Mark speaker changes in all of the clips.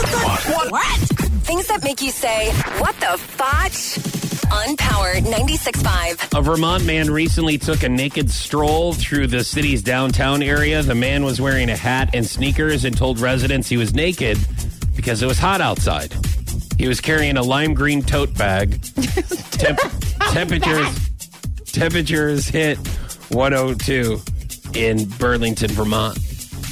Speaker 1: What?
Speaker 2: What?
Speaker 3: Things that make you say, what the fotch? On Power 96.5.
Speaker 1: A Vermont man recently took a naked stroll through the city's downtown area. The man was wearing a hat and sneakers and told residents he was naked because it was hot outside. He was carrying a lime green tote bag. Temp- temperatures temperatures hit 102 in Burlington, Vermont,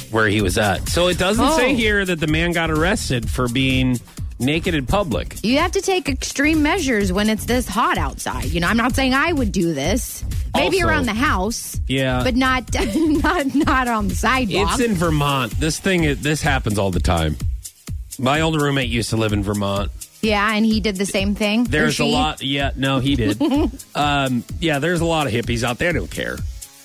Speaker 1: where he was at. So it doesn't say
Speaker 2: Oh.
Speaker 1: here that the man got arrested for being naked in public.
Speaker 2: You have to take extreme measures when it's this hot outside. You know, I'm not saying I would do this. Maybe
Speaker 1: Also-
Speaker 2: around the house.
Speaker 1: Yeah.
Speaker 2: But not not not on the sidewalk.
Speaker 1: It's in Vermont. This thing, is- this happens all the time. My old roommate used to live in Vermont.
Speaker 2: yeah, and he did the same thing. or
Speaker 1: There's a
Speaker 2: she.
Speaker 1: lot. Yeah, no, he did. um, yeah, there's a lot of hippies out there. Don't care.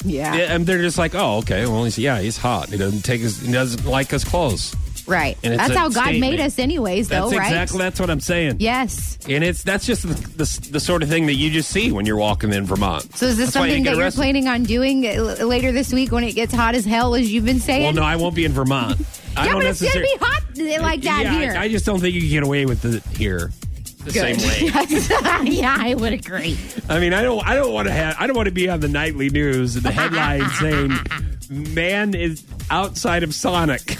Speaker 2: Yeah.
Speaker 1: Yeah, and they're just like, oh, okay. Well, he's, yeah, he's hot. He doesn't take his. He doesn't like his clothes.
Speaker 2: Right.
Speaker 1: And it's
Speaker 2: That's
Speaker 1: a
Speaker 2: how God
Speaker 1: statement.
Speaker 2: made us anyways though,
Speaker 1: That's
Speaker 2: Oh, right?
Speaker 1: exactly. That's what I'm saying.
Speaker 2: Yes.
Speaker 1: And it's that's just the, the, the sort of thing that you just see when you're walking in Vermont.
Speaker 2: So is this
Speaker 1: That's why you
Speaker 2: something
Speaker 1: get
Speaker 2: that you're
Speaker 1: arrested.
Speaker 2: planning on doing l- later this week when it gets hot as hell as you've been saying?
Speaker 1: Well, no, I won't be in Vermont. I
Speaker 2: yeah,
Speaker 1: don't
Speaker 2: but it's gonna
Speaker 1: necessarily
Speaker 2: be hot like that
Speaker 1: yeah,
Speaker 2: here.
Speaker 1: I, I just don't think you can get away with it here. The same way.
Speaker 2: yeah, I would agree.
Speaker 1: I mean, I don't. I don't want to have. I don't want to be on the nightly news and the headline saying, "Man is outside of Sonic."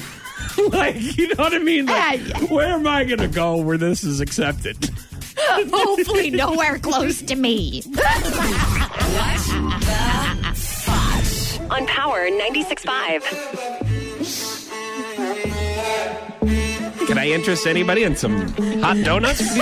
Speaker 1: like, you know what I mean? Like,
Speaker 2: Yeah, yeah.
Speaker 1: where am I going to go where this is accepted?
Speaker 2: Hopefully, nowhere close to me.
Speaker 3: On Power 96.5.
Speaker 1: Can I interest anybody in some hot donuts?